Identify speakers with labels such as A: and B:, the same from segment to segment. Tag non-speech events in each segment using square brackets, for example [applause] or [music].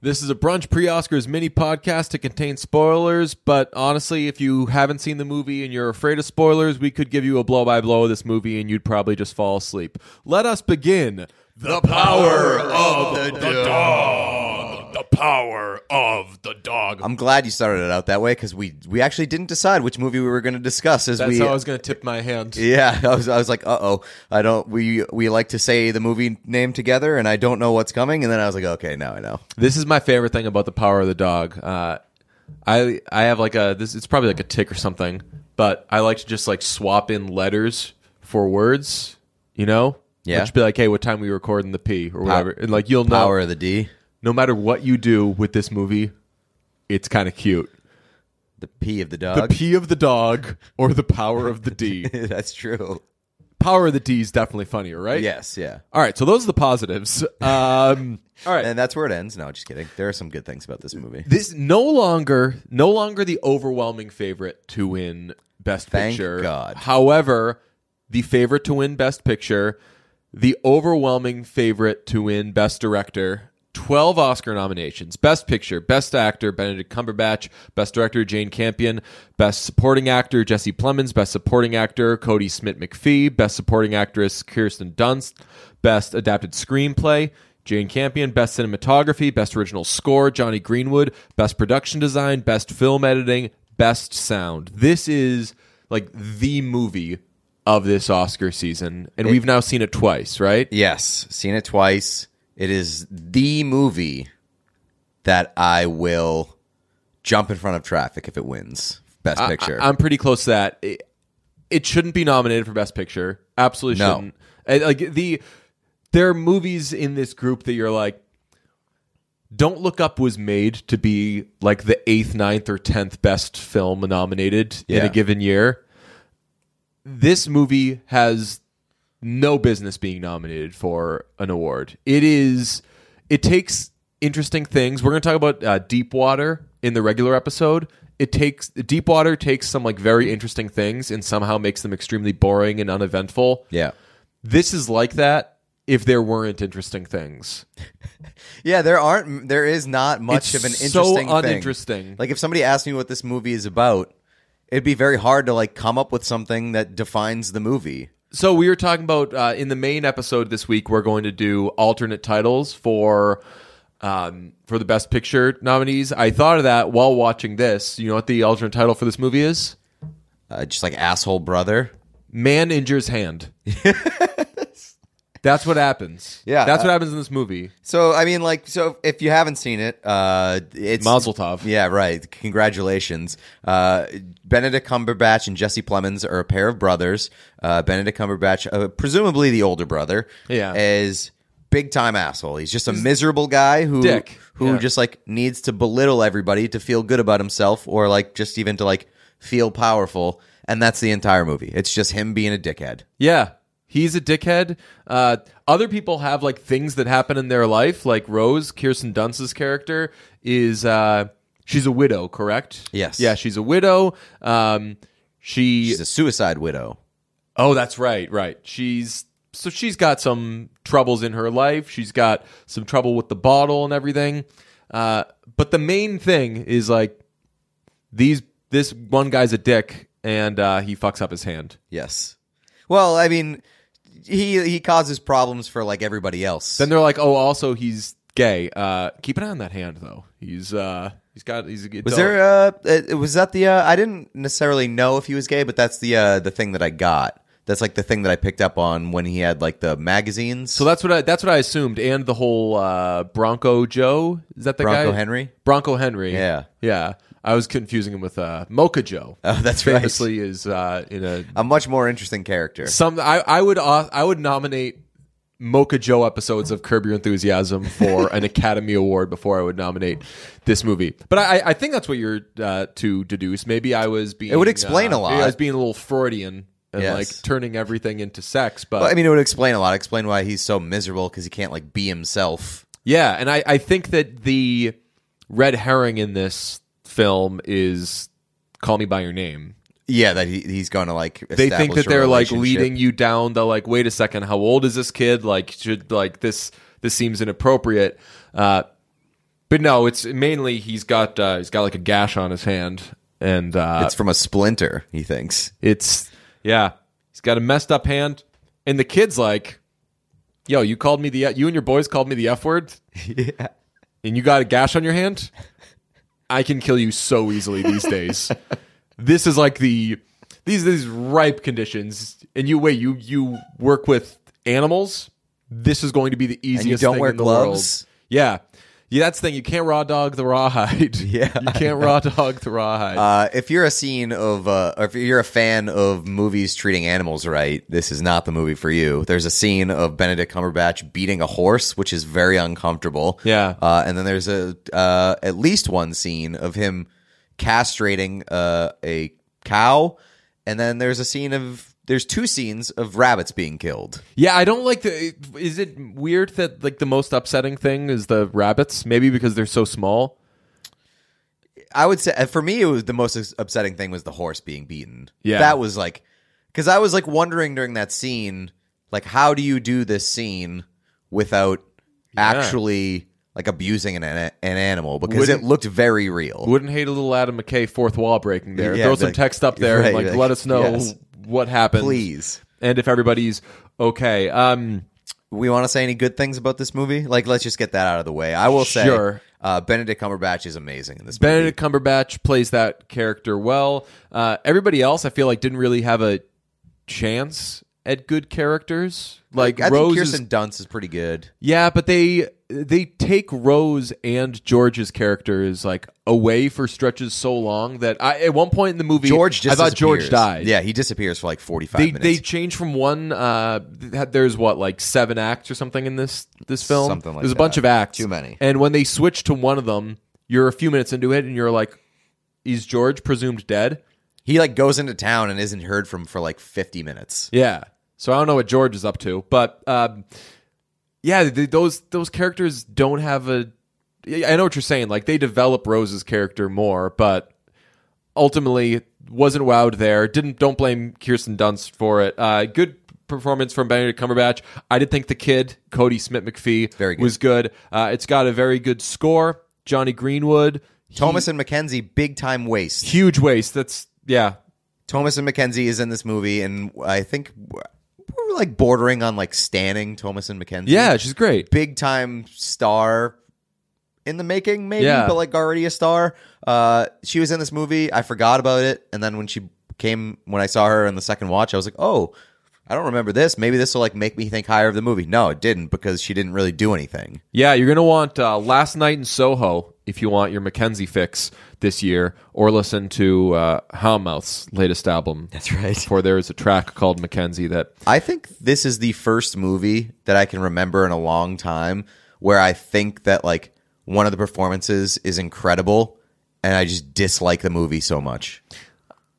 A: This is a brunch pre Oscars mini podcast to contain spoilers, but honestly, if you haven't seen the movie and you're afraid of spoilers, we could give you a blow by blow of this movie and you'd probably just fall asleep. Let us begin.
B: The power of the dog. The power of the dog.
C: I'm glad you started it out that way because we we actually didn't decide which movie we were going to discuss as
A: That's
C: we.
A: how I was going to tip my hand.
C: [laughs] yeah, I was, I was like, uh oh, I don't. We we like to say the movie name together, and I don't know what's coming. And then I was like, okay, now I know.
A: This is my favorite thing about the power of the dog. Uh, I I have like a this. It's probably like a tick or something, but I like to just like swap in letters for words. You know,
C: Yeah.
A: Just be like, hey, what time we recording the P or whatever, and like you'll know.
C: Power of the D,
A: No matter what you do with this movie, it's kind of cute.
C: the P of the
A: The
C: dog.
A: P of the dog or the power of the
C: [laughs]
A: D.
C: That's true.
A: power of the D is definitely funnier, right?
C: Yes, yeah.
A: All right, so those are the positives. Um, all right,
C: And that's where it ends. No, just kidding. There are some good things about this movie.
A: this no longer no longer the overwhelming favorite to win best
C: Thank
A: picture
C: God.
A: however the favorite to win best picture the overwhelming favorite to win best director 12 oscar nominations best picture best actor benedict cumberbatch best director jane campion best supporting actor jesse plemons best supporting actor cody smith mcphee best supporting actress kirsten dunst best adapted screenplay Jane Campion, Best Cinematography, Best Original Score, Johnny Greenwood, Best Production Design, Best Film Editing, Best Sound. This is like the movie of this Oscar season, and we've now seen it twice, right?
C: Yes, seen it twice. It is the movie that I will jump in front of traffic if it wins Best Picture.
A: I, am pretty close to that. It, it shouldn't be nominated for Best Picture. Absolutely
C: No.
A: shouldn't. And, like the there are movies in this group that you're like, Don't Look Up was made to be like the eighth, ninth, or tenth best film nominated in
C: Yeah.
A: a given year. This movie has no business being nominated for an award. It is. It takes interesting things. We're going to talk about uh, Deepwater in the regular episode. It takes Deepwater takes some like very interesting things and somehow makes them extremely boring and uneventful.
C: yeah.
A: This is like that. If there weren't interesting things,
C: Yeah, there aren't. There is not
A: It's
C: much of an
A: so
C: interesting. thing.
A: uninteresting.
C: Like if somebody asked me what this movie is about, it'd be very hard to like come up with something that defines the movie.
A: so we were talking about uh, in the main episode this week. We're going to do alternate titles for um, for the best picture nominees. I thought of that while watching this. You know what the alternate title for this movie is?
C: Uh, just like asshole brother.
A: Man injures hand.
C: [laughs]
A: That's what happens.
C: Yeah,
A: that's
C: uh,
A: what happens in this movie.
C: So I mean, like, so if you haven't seen it, uh, it's
A: Mazel tov.
C: Yeah, right. Congratulations. Uh, Benedict Cumberbatch and Jesse Plemons are a pair of brothers. Uh, Benedict Cumberbatch, uh, presumably the older brother,
A: Yeah.
C: is big time asshole. He's just a miserable guy who
A: Dick.
C: who
A: Yeah.
C: just like needs to belittle everybody to feel good about himself, or like just even to like feel powerful. And that's the entire movie. It's just him being a dickhead.
A: Yeah. He's a dickhead. Uh, other people have like things that happen in their life. Like Rose, Kirsten Dunst's character is uh, she's a widow, correct?
C: Yes.
A: Yeah, she's a widow. Um, she.
C: He's a suicide widow.
A: oh, that's right, right. She's so she's got some troubles in her life. She's got some trouble with the bottle and everything. Uh, but the main thing is like these. This one guy's a dick, and uh, he fucks up his hand.
C: Yes. Well, I mean, he he causes problems for like everybody else.
A: Then they're like, "Oh, also he's gay." Uh, keep an eye on that hand, though. He's uh, he's got he's a good.
C: was there uh uh, was that the uh, I didn't necessarily know if he was gay, but that's the uh the thing that I got. That's like the thing that I picked up on when he had like the magazines.
A: so that's what I that's what I assumed, and the whole uh, Bronco Joe is that the guy
C: Bronco Henry.
A: Bronco Henry,
C: Yeah.
A: yeah. I was confusing him with uh, Mocha Joe.
C: Oh, [laughs] that's right.
A: famously is uh, in a
C: A much more interesting character.
A: some. I I would au- I would nominate Mocha Joe episodes of Curb Your Enthusiasm for
C: [laughs]
A: an Academy Award before I would nominate this movie. But I, I- I think that's what you're uh, to deduce. Maybe I was being
C: It would explain
A: uh,
C: a lot.
A: Maybe I was being a little Freudian and
C: Yes.
A: like turning everything into sex. But
C: Well, I mean, it would explain a lot. Explain why he's so miserable because he can't like be himself.
A: yeah, and I I think that the red herring in this film is Call Me by Your Name.
C: Yeah, that he, he's going to like.
A: they think
C: establish
A: that
C: a
A: they're like
C: relationship.
A: leading you down the like wait a second how old is this kid like should like this this seems inappropriate uh But no, it's mainly he's got uh, he's got like a gash on his hand, and uh,
C: It's from a splinter, he thinks.
A: It's yeah, he's got a messed up hand, and the kid's like, "Yo, you called me the you and your boys called me the f
C: [laughs]
A: word, yeah, and you got a gash on your hand. I can kill you so easily these days.
C: [laughs]
A: this is like the these these ripe conditions, and you wait you you work with animals. This is going to be the easiest.
C: don't
A: thing
C: wear
A: in the
C: gloves?
A: World. Yeah. Yeah, that's the thing. You can't raw dog the rawhide.
C: [laughs] Yeah,
A: you can't raw dog the rawhide.
C: Uh, if you're a scene of, uh, or if you're a fan of movies treating animals right, this is not the movie for you. There's a scene of Benedict Cumberbatch beating a horse, which is very uncomfortable.
A: Yeah.
C: Uh, and then there's a uh, at least one scene of him castrating uh, a cow, and then there's a scene of there's two scenes of rabbits being killed.
A: Yeah, I don't like the. Is it weird that like the most upsetting thing is the rabbits? Maybe because they're so small.
C: I would say uh, for me, it was the most upsetting thing was the horse being beaten.
A: Yeah.
C: that was like because I was like wondering during that scene, like how do you do this scene without actually like abusing an an animal because
A: Wouldn't-
C: it looked very real.
A: Wouldn't hate a little Adam McKay fourth wall breaking there.
C: Yeah,
A: Throw
C: like-
A: some text up there
C: right,
A: and like,
C: like,
A: let us know
C: yes.
A: what happened,
C: Please,
A: and if everybody's okay. Um,
C: we want to say any good things about this movie? Like, let's just get that out of the way. I will say,
A: Sure.
C: uh, Benedict Cumberbatch is amazing in this
A: Benedict Cumberbatch plays that character well. Uh, everybody else, I feel like, didn't really have a chance at good characters. Like
C: movie. I
A: Rose,
C: think
A: is-
C: Kirsten Dunst is pretty good.
A: Yeah, but they they take Rose and George's characters like away for stretches so long that I at one point in the movie
C: George, just
A: I thought George
C: disappears.
A: died.
C: Yeah, he disappears for like forty-five
A: They,
C: minutes.
A: they changed from one. Uh, th- there's what like seven acts or something in this this film.
C: Something like
A: there's a
C: that.
A: bunch of acts.
C: Too many.
A: And when they switch to one of them, you're a few minutes into it, and you're like, "Is George presumed dead?"
C: He like goes into town and isn't heard from for like 50 minutes.
A: Yeah. So I don't know what George is up to, but um, yeah, th those those characters don't have a. Yeah, I know what you're saying. Like they develop Rose's character more, but ultimately wasn't wowed there. Didn't don't blame Kirsten Dunst for it. Uh, good performance from Benedict Cumberbatch. I did think the kid Cody Smith McPhee
C: Very good.
A: was good. Uh, it's got a very good score. Johnny Greenwood, he-
C: Thomas and McKenzie, big time waste.
A: huge waste. That's yeah,
C: Thomas and McKenzie is in this movie, and I think we're like bordering on like standing Thomas and McKenzie.
A: yeah. She's great.
C: Big time star in the making, maybe,
A: Yeah.
C: but like already a star. Uh, she was in this movie. I forgot about it. And then when she came, when I saw her in the second watch, I was like, oh, I don't remember this. Maybe this will like make me think higher of the movie. No, it didn't because she didn't really do anything.
A: Yeah, you're going to want uh, Last Night in Soho if you want your Mackenzie fix this year, or listen to uh, Howlmouth's latest album. That's
C: right.
A: For there is a track called Mackenzie that.
C: I think this is the first movie that I can remember in a long time where I think that like one of the performances is incredible and I just dislike the movie so much.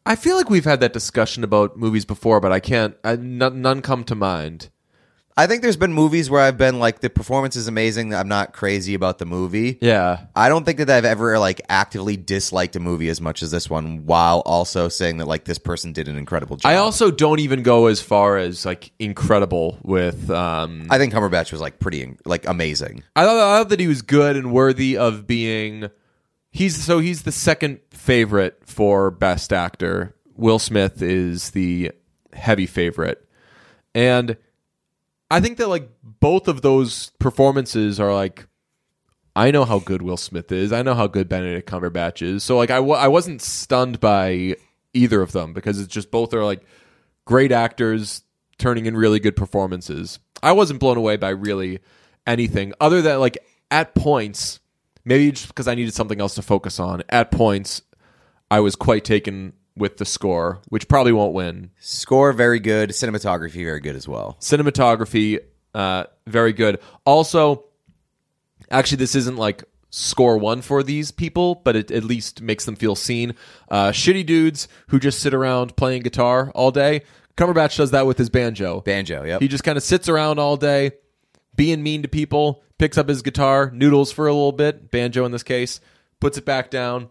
A: I feel like we've had that discussion about movies before, but I can't. I, none, none come to mind.
C: I think there's been movies where I've been like the performance is amazing, I'm not crazy about the movie.
A: Yeah.
C: I don't think that I've ever like actively disliked a movie as much as this one while also saying that like this person did an incredible job.
A: I also don't even go as far as like incredible with. Um,
C: I think Cumberbatch was like pretty like amazing.
A: I thought, I thought that he was good and worthy of being. He's so he's the second favorite for best actor. Will Smith is the heavy favorite, and I think that like both of those performances are like. I know how good Will Smith is. I know how good Benedict Cumberbatch is. So like I w- I wasn't stunned by either of them because it's just both are like great actors turning in really good performances. I wasn't blown away by really anything other than like at points, maybe just because I needed something else to focus on. At points, I was quite taken with the score, which probably won't win.
C: Score very good, cinematography very good as well.
A: Cinematography, uh, very good. Also, actually, this isn't like score one for these people, but it at least makes them feel seen. Uh, shitty dudes who just sit around playing guitar all day. Cumberbatch does that with his banjo.
C: Banjo, yep.
A: He just kind of sits around all day, being mean to people, picks up his guitar, noodles for a little bit, banjo in this case, puts it back down.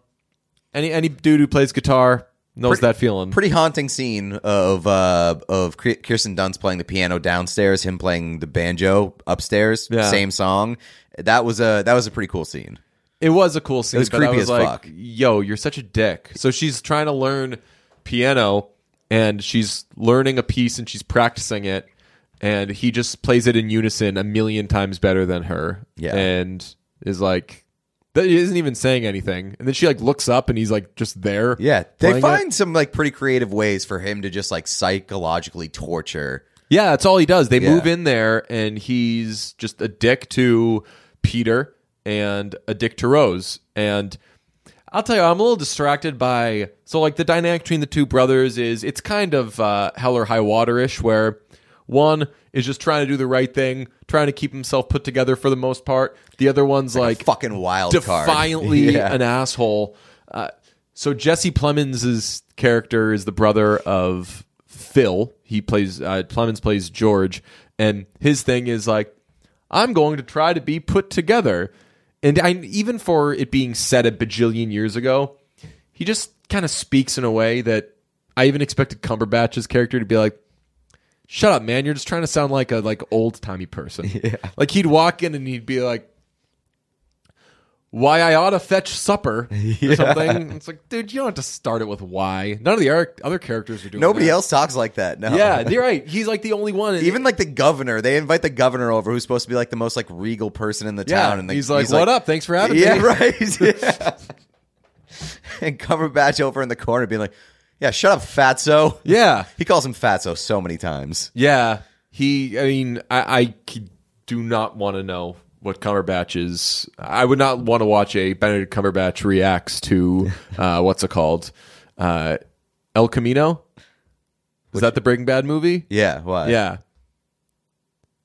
A: Any any dude who plays guitar knows that feeling.
C: pretty haunting scene of uh, of Kir- Kirsten Dunst playing the piano downstairs, him playing the banjo upstairs,
A: Yeah.
C: same song. That was a that was a pretty cool scene.
A: It was a cool scene.
C: was
A: but I
C: creepy
A: was
C: as
A: like,
C: fuck.
A: Yo, you're such a dick. So she's trying to learn piano, and she's learning a piece, and she's practicing it, and he just plays it in unison a million times better than her.
C: Yeah.
A: and is like. That he isn't even saying anything, and then she like looks up, and he's like just there.
C: Yeah,
A: playing
C: they
A: it.
C: find some like pretty creative ways for him to just like psychologically torture.
A: Yeah, that's all he does. They
C: Yeah.
A: move in there, and he's just a dick to Peter and a dick to Rose. And I'll tell you, I'm a little distracted by so like the dynamic between the two brothers is it's kind of uh, hell or high water ish, where one is just trying to do the right thing, trying to keep himself put together for the most part. The other one's like,
C: Fucking wild card.
A: defiantly
C: [laughs] Yeah.
A: an asshole. Uh, so Jesse Plemons' character is the brother of Phil. He plays uh, Plemons plays George, and his thing is like, I'm going to try to be put together. And I, even for it being said a bajillion years ago, he just kind of speaks in a way that I even expected Cumberbatch's character to be like, "Shut up, man! You're just trying to sound like a like old timey
C: [laughs]
A: person." Like he'd walk in and he'd be like, why I ought to fetch supper
C: [laughs]
A: or something. It's like, dude, you don't have to start it with why. None of the ar- other characters are doing
C: Nobody
A: that.
C: else talks like that. No.
A: Yeah, you're right. He's like the only one.
C: [laughs] Even like the governor, they invite the governor over, who's supposed to be like the most like regal person in the
A: yeah,
C: town. And the,
A: he's like, "What up? Thanks for having
C: Yeah, [laughs]
A: me."
C: right. Yeah. and Cumberbatch over in the corner, being like, "Yeah, shut up, Fatso."
A: Yeah,
C: He calls him Fatso so many times.
A: yeah. He. I mean, I, I c- do not want to know what Cumberbatch is. I would not want to watch a Benedict Cumberbatch reacts
C: [laughs]
A: to uh, what's it called, uh, El Camino. Is that the Breaking Bad movie?
C: Yeah. What?
A: Yeah.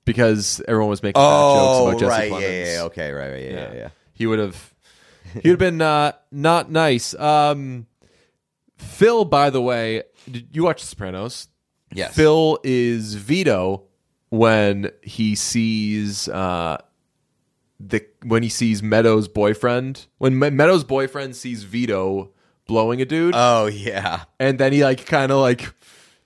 A: Because everyone was making
C: Oh,
A: bad jokes about
C: right.
A: Jesse
C: Yeah,
A: Plemons.
C: yeah. yeah, Okay. Right. Right. Yeah. Yeah.
A: Yeah.
C: yeah.
A: He would have he would have been uh, not nice. Um, Phil, by the way, did you watch Sopranos?
C: Yes.
A: Phil is Vito when he sees uh, the when he sees Meadows' boyfriend. When Me- Meadows' boyfriend sees Vito blowing a dude,
C: Oh yeah.
A: and then he like kind of like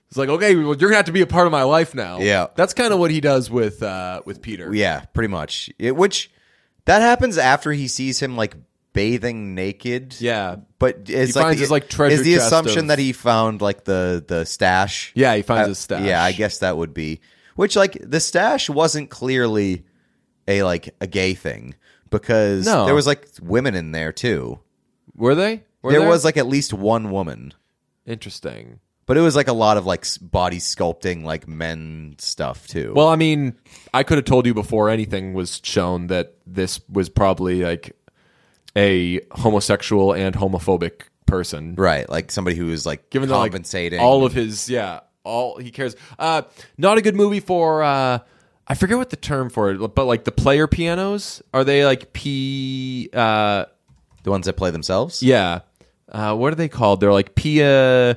A: it's like okay, well, you're gonna have to be a part of my life now.
C: Yeah.
A: that's kind of what he does with uh, with Peter.
C: Yeah, pretty much. It, which that happens after he sees him like bathing naked.
A: yeah,
C: But
A: He
C: it's like
A: finds
C: the,
A: his, like, treasure
C: is the
A: chest
C: assumption
A: of-
C: that he found like the the stash.
A: Yeah, he finds
C: Uh,
A: his stash.
C: Yeah, I guess that would be. Which like the stash wasn't clearly a like a gay thing because
A: No.
C: there was like women in there too.
A: were they? Were
C: there was like at least one woman.
A: interesting.
C: But it was like a lot of like s- body sculpting like men stuff too.
A: Well, I mean, I could have told you before anything was shown that this was probably like a homosexual and homophobic person.
C: right, like somebody who is like
A: Given that like,
C: compensating
A: all of his yeah, all he cares. Uh not a good movie for uh I forget what the term for it, but like the player pianos, are they like p uh
C: the ones that play themselves.
A: yeah. Uh what are they called? They're like pia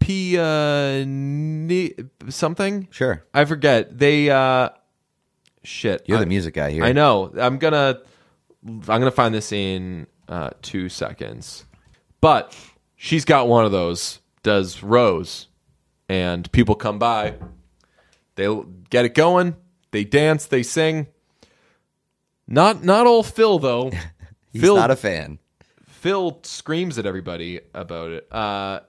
A: pia uh, ni- something?
C: Sure.
A: I forget. They uh shit.
C: You're
A: I-
C: the music guy here.
A: I know. I'm gonna I'm gonna find this in uh, two seconds. But she's got one of those. Does Rose? And people come by. They l- get it going. They dance. They sing. Not not old Phil though.
C: [laughs] He's
A: Phil
C: not a fan.
A: Phil screams at everybody about it. Uh,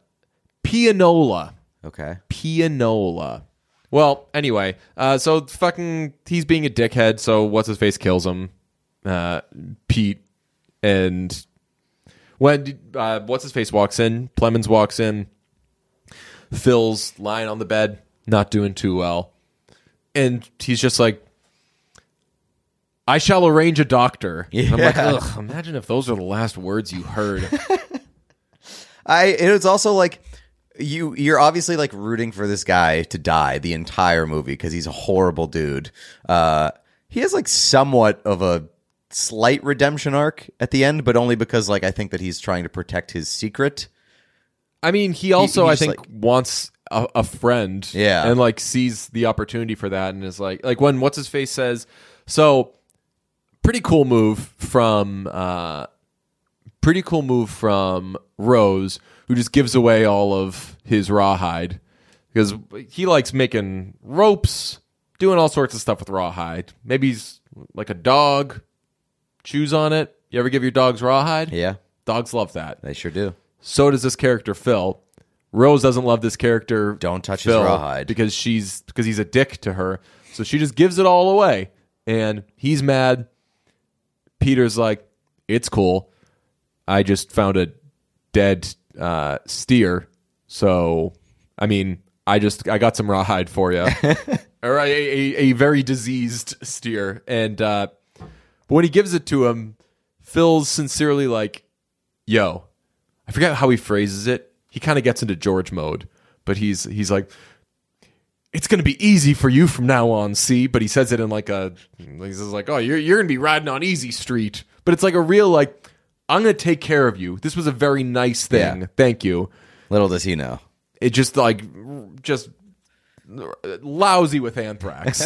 A: pianola.
C: Okay.
A: Pianola. Well, anyway, uh, so fucking he's being a dickhead. So what's his face kills him, uh, Pete, and when uh, what's his face walks in, Plemons walks in. Phil's lying on the bed, not doing too well, and he's just like, "I shall arrange a doctor." And I'm like,
C: Yeah.
A: Ugh, imagine if those are the last words you heard.
C: I it was also like you you're obviously like rooting for this guy to die the entire movie because he's a horrible dude. Uh he has like somewhat of a slight redemption arc at the end, but only because like I think that he's trying to protect his secret.
A: I mean, he also,
C: he
A: I
C: just,
A: think,
C: like-
A: wants a, a friend.
C: Yeah.
A: And, like, sees the opportunity for that and is like, like when What's His Face says, so pretty cool move from, uh, pretty cool move from Rose, who just gives away all of his rawhide because he likes making ropes, doing all sorts of stuff with rawhide. Maybe he's like a dog, chews on it. You ever give your dogs rawhide?
C: Yeah,
A: Dogs love that.
C: they sure do.
A: So does this character Phil. Rose doesn't love this character.
C: Don't touch his rawhide.
A: because she's because he's a dick to her. So she just gives it all away, and he's mad. Peter's like, "It's cool. I just found a dead uh, steer. So, I mean, I just I got some rawhide for
C: [laughs]
A: you, or a, a, a very diseased steer." And uh, but when he gives it to him, Phil's sincerely like, "Yo, I forget how he phrases it. He kind of gets into George mode, but he's he's like, it's gonna be easy for you from now on, see. But he says it in like a he says like, oh, you're you're gonna be riding on easy street. But it's like a real like, I'm gonna take care of you. This was a very nice thing.
C: Yeah.
A: Thank you.
C: Little does he know.
A: It just like just lousy with
C: [laughs]
A: anthrax.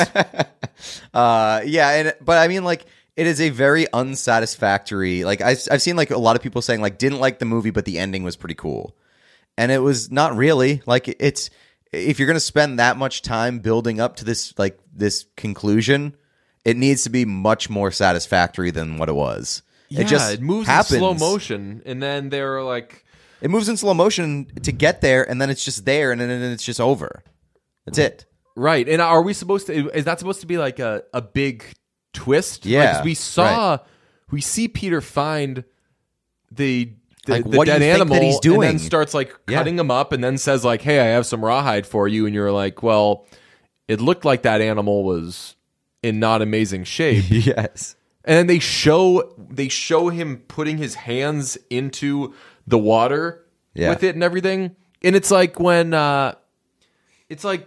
C: Uh, yeah, and but I mean, like, it is a very unsatisfactory. Like, I've, I've seen like a lot of people saying like didn't like the movie, but the ending was pretty cool, and it was not really. Like, it's if you're gonna spend that much time building up to this like this conclusion, it needs to be much more satisfactory than what it was.
A: yeah,
C: it just
A: it moves
C: happens.
A: in slow motion, and then they're like,
C: It moves in slow motion to get there, and then it's just there, and then and then it's just over. That's it.
A: Right. And are we supposed to is that supposed to be like a, a big twist? Like,
C: Yeah,
A: we saw we see Peter find the the,
C: Like,
A: the
C: what do
A: dead
C: you think
A: animal
C: that he's
A: and then
C: doing?
A: starts like
C: Yeah.
A: cutting him up and then says like, "Hey, I have some rawhide for you." And you're like, "Well, it looked like that animal was in not amazing shape."
C: Yes.
A: and then they show they show him putting his hands into the water
C: Yeah.
A: with it and everything and it's like when uh it's like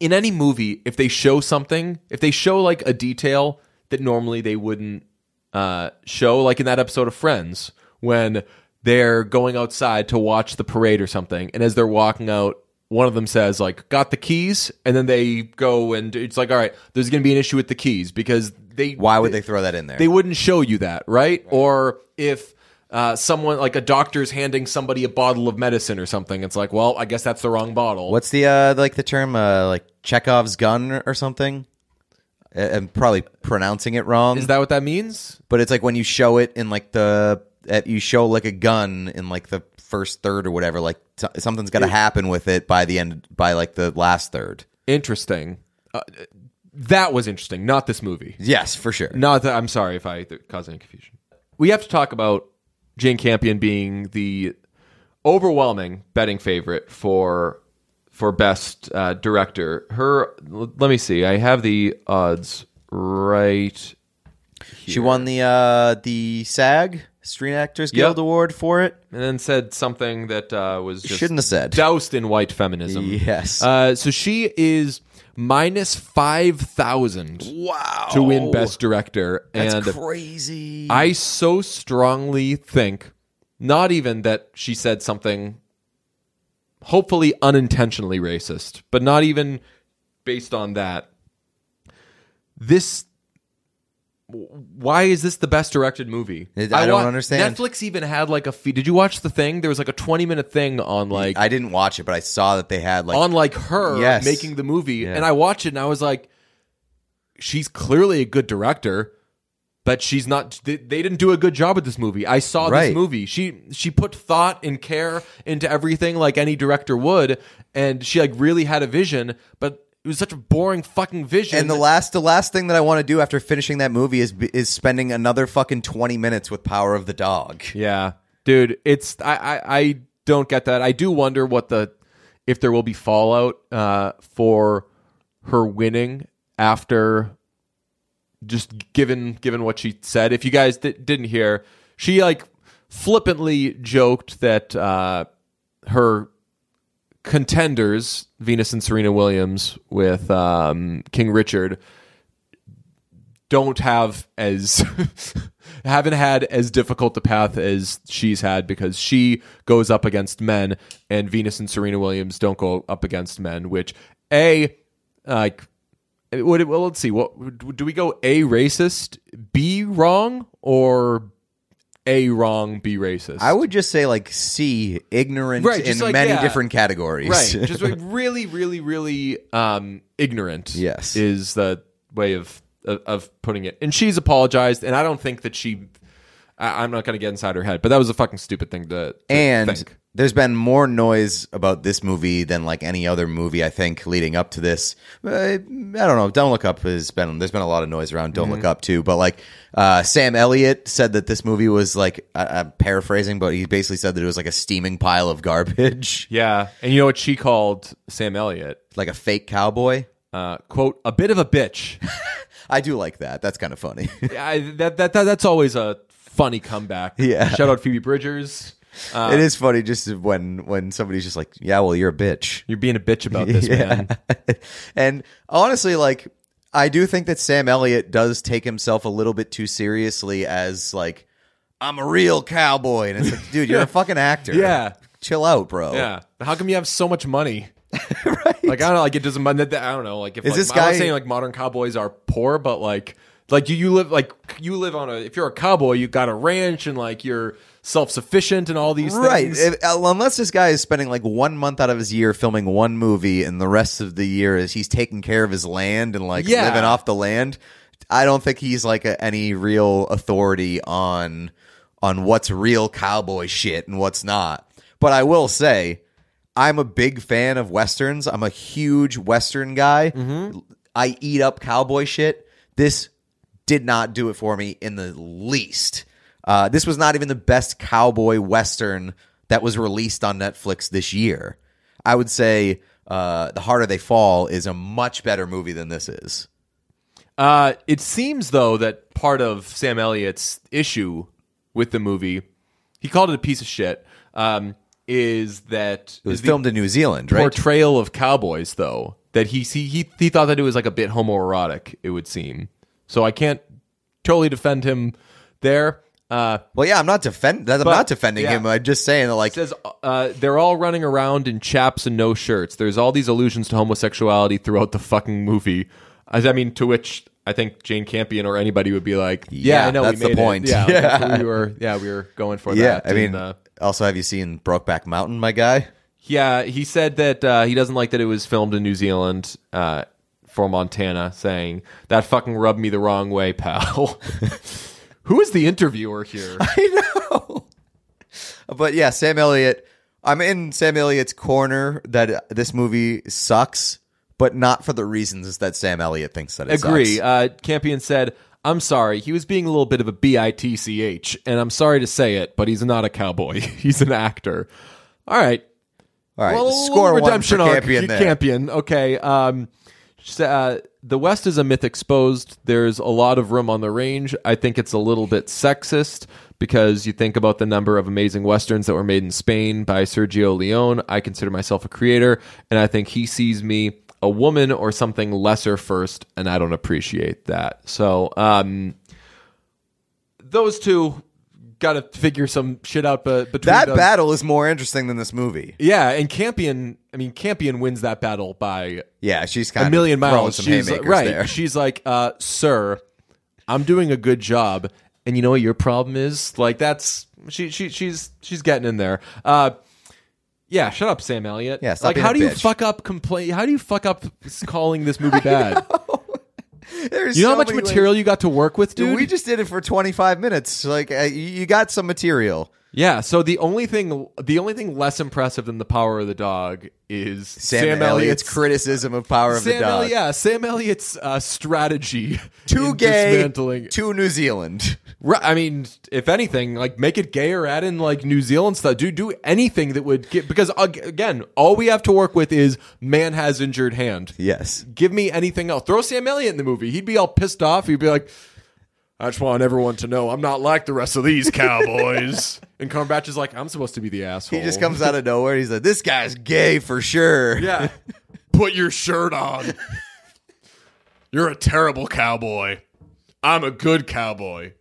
A: in any movie if they show something if they show like a detail that normally they wouldn't uh show like in that episode of friends when they're going outside to watch the parade or something and as they're walking out one of them says like got the keys and then they go and it's like all right there's going to be an issue with the keys because they
C: Why would they throw that in there?
A: they wouldn't show you that, right? Or if uh, someone like a doctor's handing somebody a bottle of medicine or something, it's like, well, I guess that's the wrong bottle.
C: What's the uh like the term uh like Chekhov's gun or something? I- I'm probably pronouncing it wrong,
A: is that? What that means?
C: but it's like when you show it in like the uh, you show like a gun in like the first third or whatever. Like t- something's got to happen with it by the end by like the last third.
A: Interesting. Uh, that was interesting. Not this movie.
C: Yes, for sure.
A: Not that I'm sorry if I th- caused any confusion. We have to talk about Jane Campion being the overwhelming betting favorite for for best uh, director. Her, l- let me see. I have the odds right
C: She won the uh the SAG Screen Actors Guild Award for it.
A: and then said something that uh, was just
C: Shouldn't have said.
A: doused in white feminism.
C: Yes.
A: Uh, so she is minus five thousand
C: wow.
A: to win Best Director, and
C: crazy.
A: I so strongly think, not even that she said something, hopefully unintentionally racist, but not even based on that. This. Why is this the best directed movie?
C: I don't
A: wa-
C: understand.
A: Netflix even had like a fee. Did you watch the thing? There was like a twenty minute thing on like
C: I didn't watch it, but I saw that they had like
A: on like her
C: Yes.
A: making the movie and i watched it and i was like she's clearly a good director but she's not they, they didn't do a good job with this movie i saw this
C: Right.
A: movie she she put thought and care into everything like any director would and she like really had a vision but it was such a boring fucking vision
C: And the last, the last thing that I want to do after finishing that movie is is spending another fucking twenty minutes with Power of the Dog.
A: Yeah, dude, it's I, I I don't get that. I do wonder what the if there will be fallout uh, for her winning after just given given what she said. If you guys di- didn't hear, she like flippantly joked that uh, her contenders Venus and Serena Williams with um, King Richard don't have as [laughs] haven't had as difficult a path as she's had because she goes up against men and Venus and Serena Williams don't go up against men which a like would it, well let's see what do we go a racist b wrong or a wrong b racist
C: I would just say like C, ignorant
A: Right,
C: in
A: just like,
C: many
A: yeah.
C: different categories. [laughs]
A: right just like really really really um ignorant
C: Yes.
A: is the way of, of of putting it and she's apologized and i don't think that she I, I'm not going to get inside her head, but that was a fucking stupid thing to, to
C: And
A: think.
C: there's been more noise about this movie than like any other movie I think leading up to this. Uh, I don't know. Don't look up has been there's been a lot of noise around. Don't
A: Mm-hmm.
C: look up too, but like uh, Sam Elliott said that this movie was like I, I'm paraphrasing, but he basically said that it was like a steaming pile of garbage, [laughs]
A: Yeah, and you know what she called Sam Elliott?
C: like a fake cowboy.
A: Uh, quote, a bit of a bitch. [laughs]
C: I do like that. That's kind of funny. [laughs]
A: Yeah, I, that, that that that's always a funny comeback.
C: Yeah.
A: shout out Phoebe Bridgers.
C: it is funny just when when somebody's just like, "Yeah, well, you're a bitch."
A: You're being a bitch about
C: [laughs]
A: this, man.
C: and honestly, like I do think that Sam Elliott does take himself a little bit too seriously as like I'm a real cowboy, and it's like,
A: [laughs]
C: dude, you're a fucking actor.
A: Yeah.
C: chill out, bro. [laughs]
A: Yeah. How come you have so much money? Like I don't know, like it doesn't. I don't know. Like if
C: Is
A: like,
C: this
A: I'm not
C: guy-
A: saying like modern cowboys are poor, but like like you, you live like you live on a if you're a cowboy you got a ranch and like you're self sufficient and all these
C: Right,
A: things.
C: If- uh, unless this guy is spending like one month out of his year filming one movie, and the rest of the year is he's taking care of his land and like
A: Yeah.
C: living off the land. I don't think he's like a, any real authority on on what's real cowboy shit and what's not. But I will say, I'm a big fan of westerns. I'm a huge western guy.
A: Mm-hmm.
C: I eat up cowboy shit. This did not do it for me in the least. Uh, this was not even the best cowboy western that was released on Netflix this year. I would say uh, The Harder They Fall is a much better movie than this is.
A: Uh, it seems though that part of Sam Elliott's issue with the movie, he called it a piece of shit. Um, is that
C: It was
A: is the
C: filmed in New Zealand, right?
A: portrayal of cowboys though that he see he he thought that it was like a bit homoerotic. It would seem so. I can't totally defend him there. Uh,
C: well, yeah, I'm not defend. that- I'm
A: But-
C: not defending
A: yeah.
C: him. I'm just saying that, like,
A: says uh, they're all running around in chaps and no shirts. There's all these allusions to homosexuality throughout the fucking movie. As I mean, to which I think Jane Campion or anybody would be like, "Yeah,
C: Yeah,
A: I know
C: that's
A: we
C: the
A: made it.
C: point.
A: Yeah,
C: Yeah.
A: that's what we were. Yeah, we were going for
C: yeah.
A: that.
C: I mean,
A: And, uh,
C: also, have you seen Brokeback Mountain, my guy?
A: yeah, he said that uh, he doesn't like that it was filmed in New Zealand uh, for Montana, saying that fucking rubbed me the wrong way, pal. [laughs] Who is the interviewer here?
C: I know. But yeah, Sam Elliott. I'm in Sam Elliott's corner that uh, this movie sucks, but not for the reasons that Sam Elliott thinks that it
A: Agree.
C: sucks.
A: Uh, Campion said, I'm sorry. He was being a little bit of a bitch, and I'm sorry to say it, but he's not a cowboy. [laughs] he's an actor. All right.
C: All right,
A: Well, a little
C: score one for
A: redemption arc.
C: Campion there.
A: Campion. Okay. Um, s- uh, the West is a myth exposed. There's a lot of room on the range. I think it's a little bit sexist because you think about the number of amazing westerns that were made in Spain by Sergio Leone. I consider myself a creator, and I think he sees me a woman or something lesser first, and I don't appreciate that. So, um, those two got to figure some shit out. But between
C: That
A: those-
C: battle is more interesting than this movie.
A: yeah, and Campion, I mean, Campion wins that battle by
C: Yeah, she's kind
A: a million
C: of throwing
A: miles.
C: Some
A: She's uh,
C: haymakers
A: right.
C: there.
A: She's like, uh, "Sir, I'm doing a good job, and you know what your problem is? Like that's she she she's she's getting in there." Uh, yeah, shut up, Sam Elliott.
C: Yeah, stop
A: like
C: being
A: how
C: a
A: do you
C: bitch.
A: fuck up complain? How do you fuck up s- calling this
C: [laughs]
A: movie bad?
C: There's
A: You know how
C: so
A: much
C: many ways-
A: material you got to work with, dude.
C: Dude, we just did it for 25 minutes. Like, uh, you- you got some material.
A: Yeah, so the only thing the only thing less impressive than the power of the dog is
C: Sam, Elliott's criticism of Power of
A: Sam
C: the Dog.
A: Elliott, yeah, Sam Elliott's uh, [laughs] strategy
C: Too
A: in
C: gay,
A: dismantling.
C: to New Zealand. [laughs]
A: Ri- I mean, if anything, like make it gay or add in like New Zealand stuff. Do do anything that would get because ag- again, all we have to work with is man has injured hand.
C: Yes.
A: Give me anything else. Throw Sam Elliott in the movie. He'd be all pissed off. He'd be like, "I just want everyone to know I'm not like the rest of [laughs] these cowboys." and Cumberbatch is like, "I'm supposed to be the asshole."
C: He just comes out of nowhere. He's like, "This guy's gay for sure." [laughs]
A: yeah.
B: Put your shirt on. You're a terrible cowboy. I'm a good cowboy.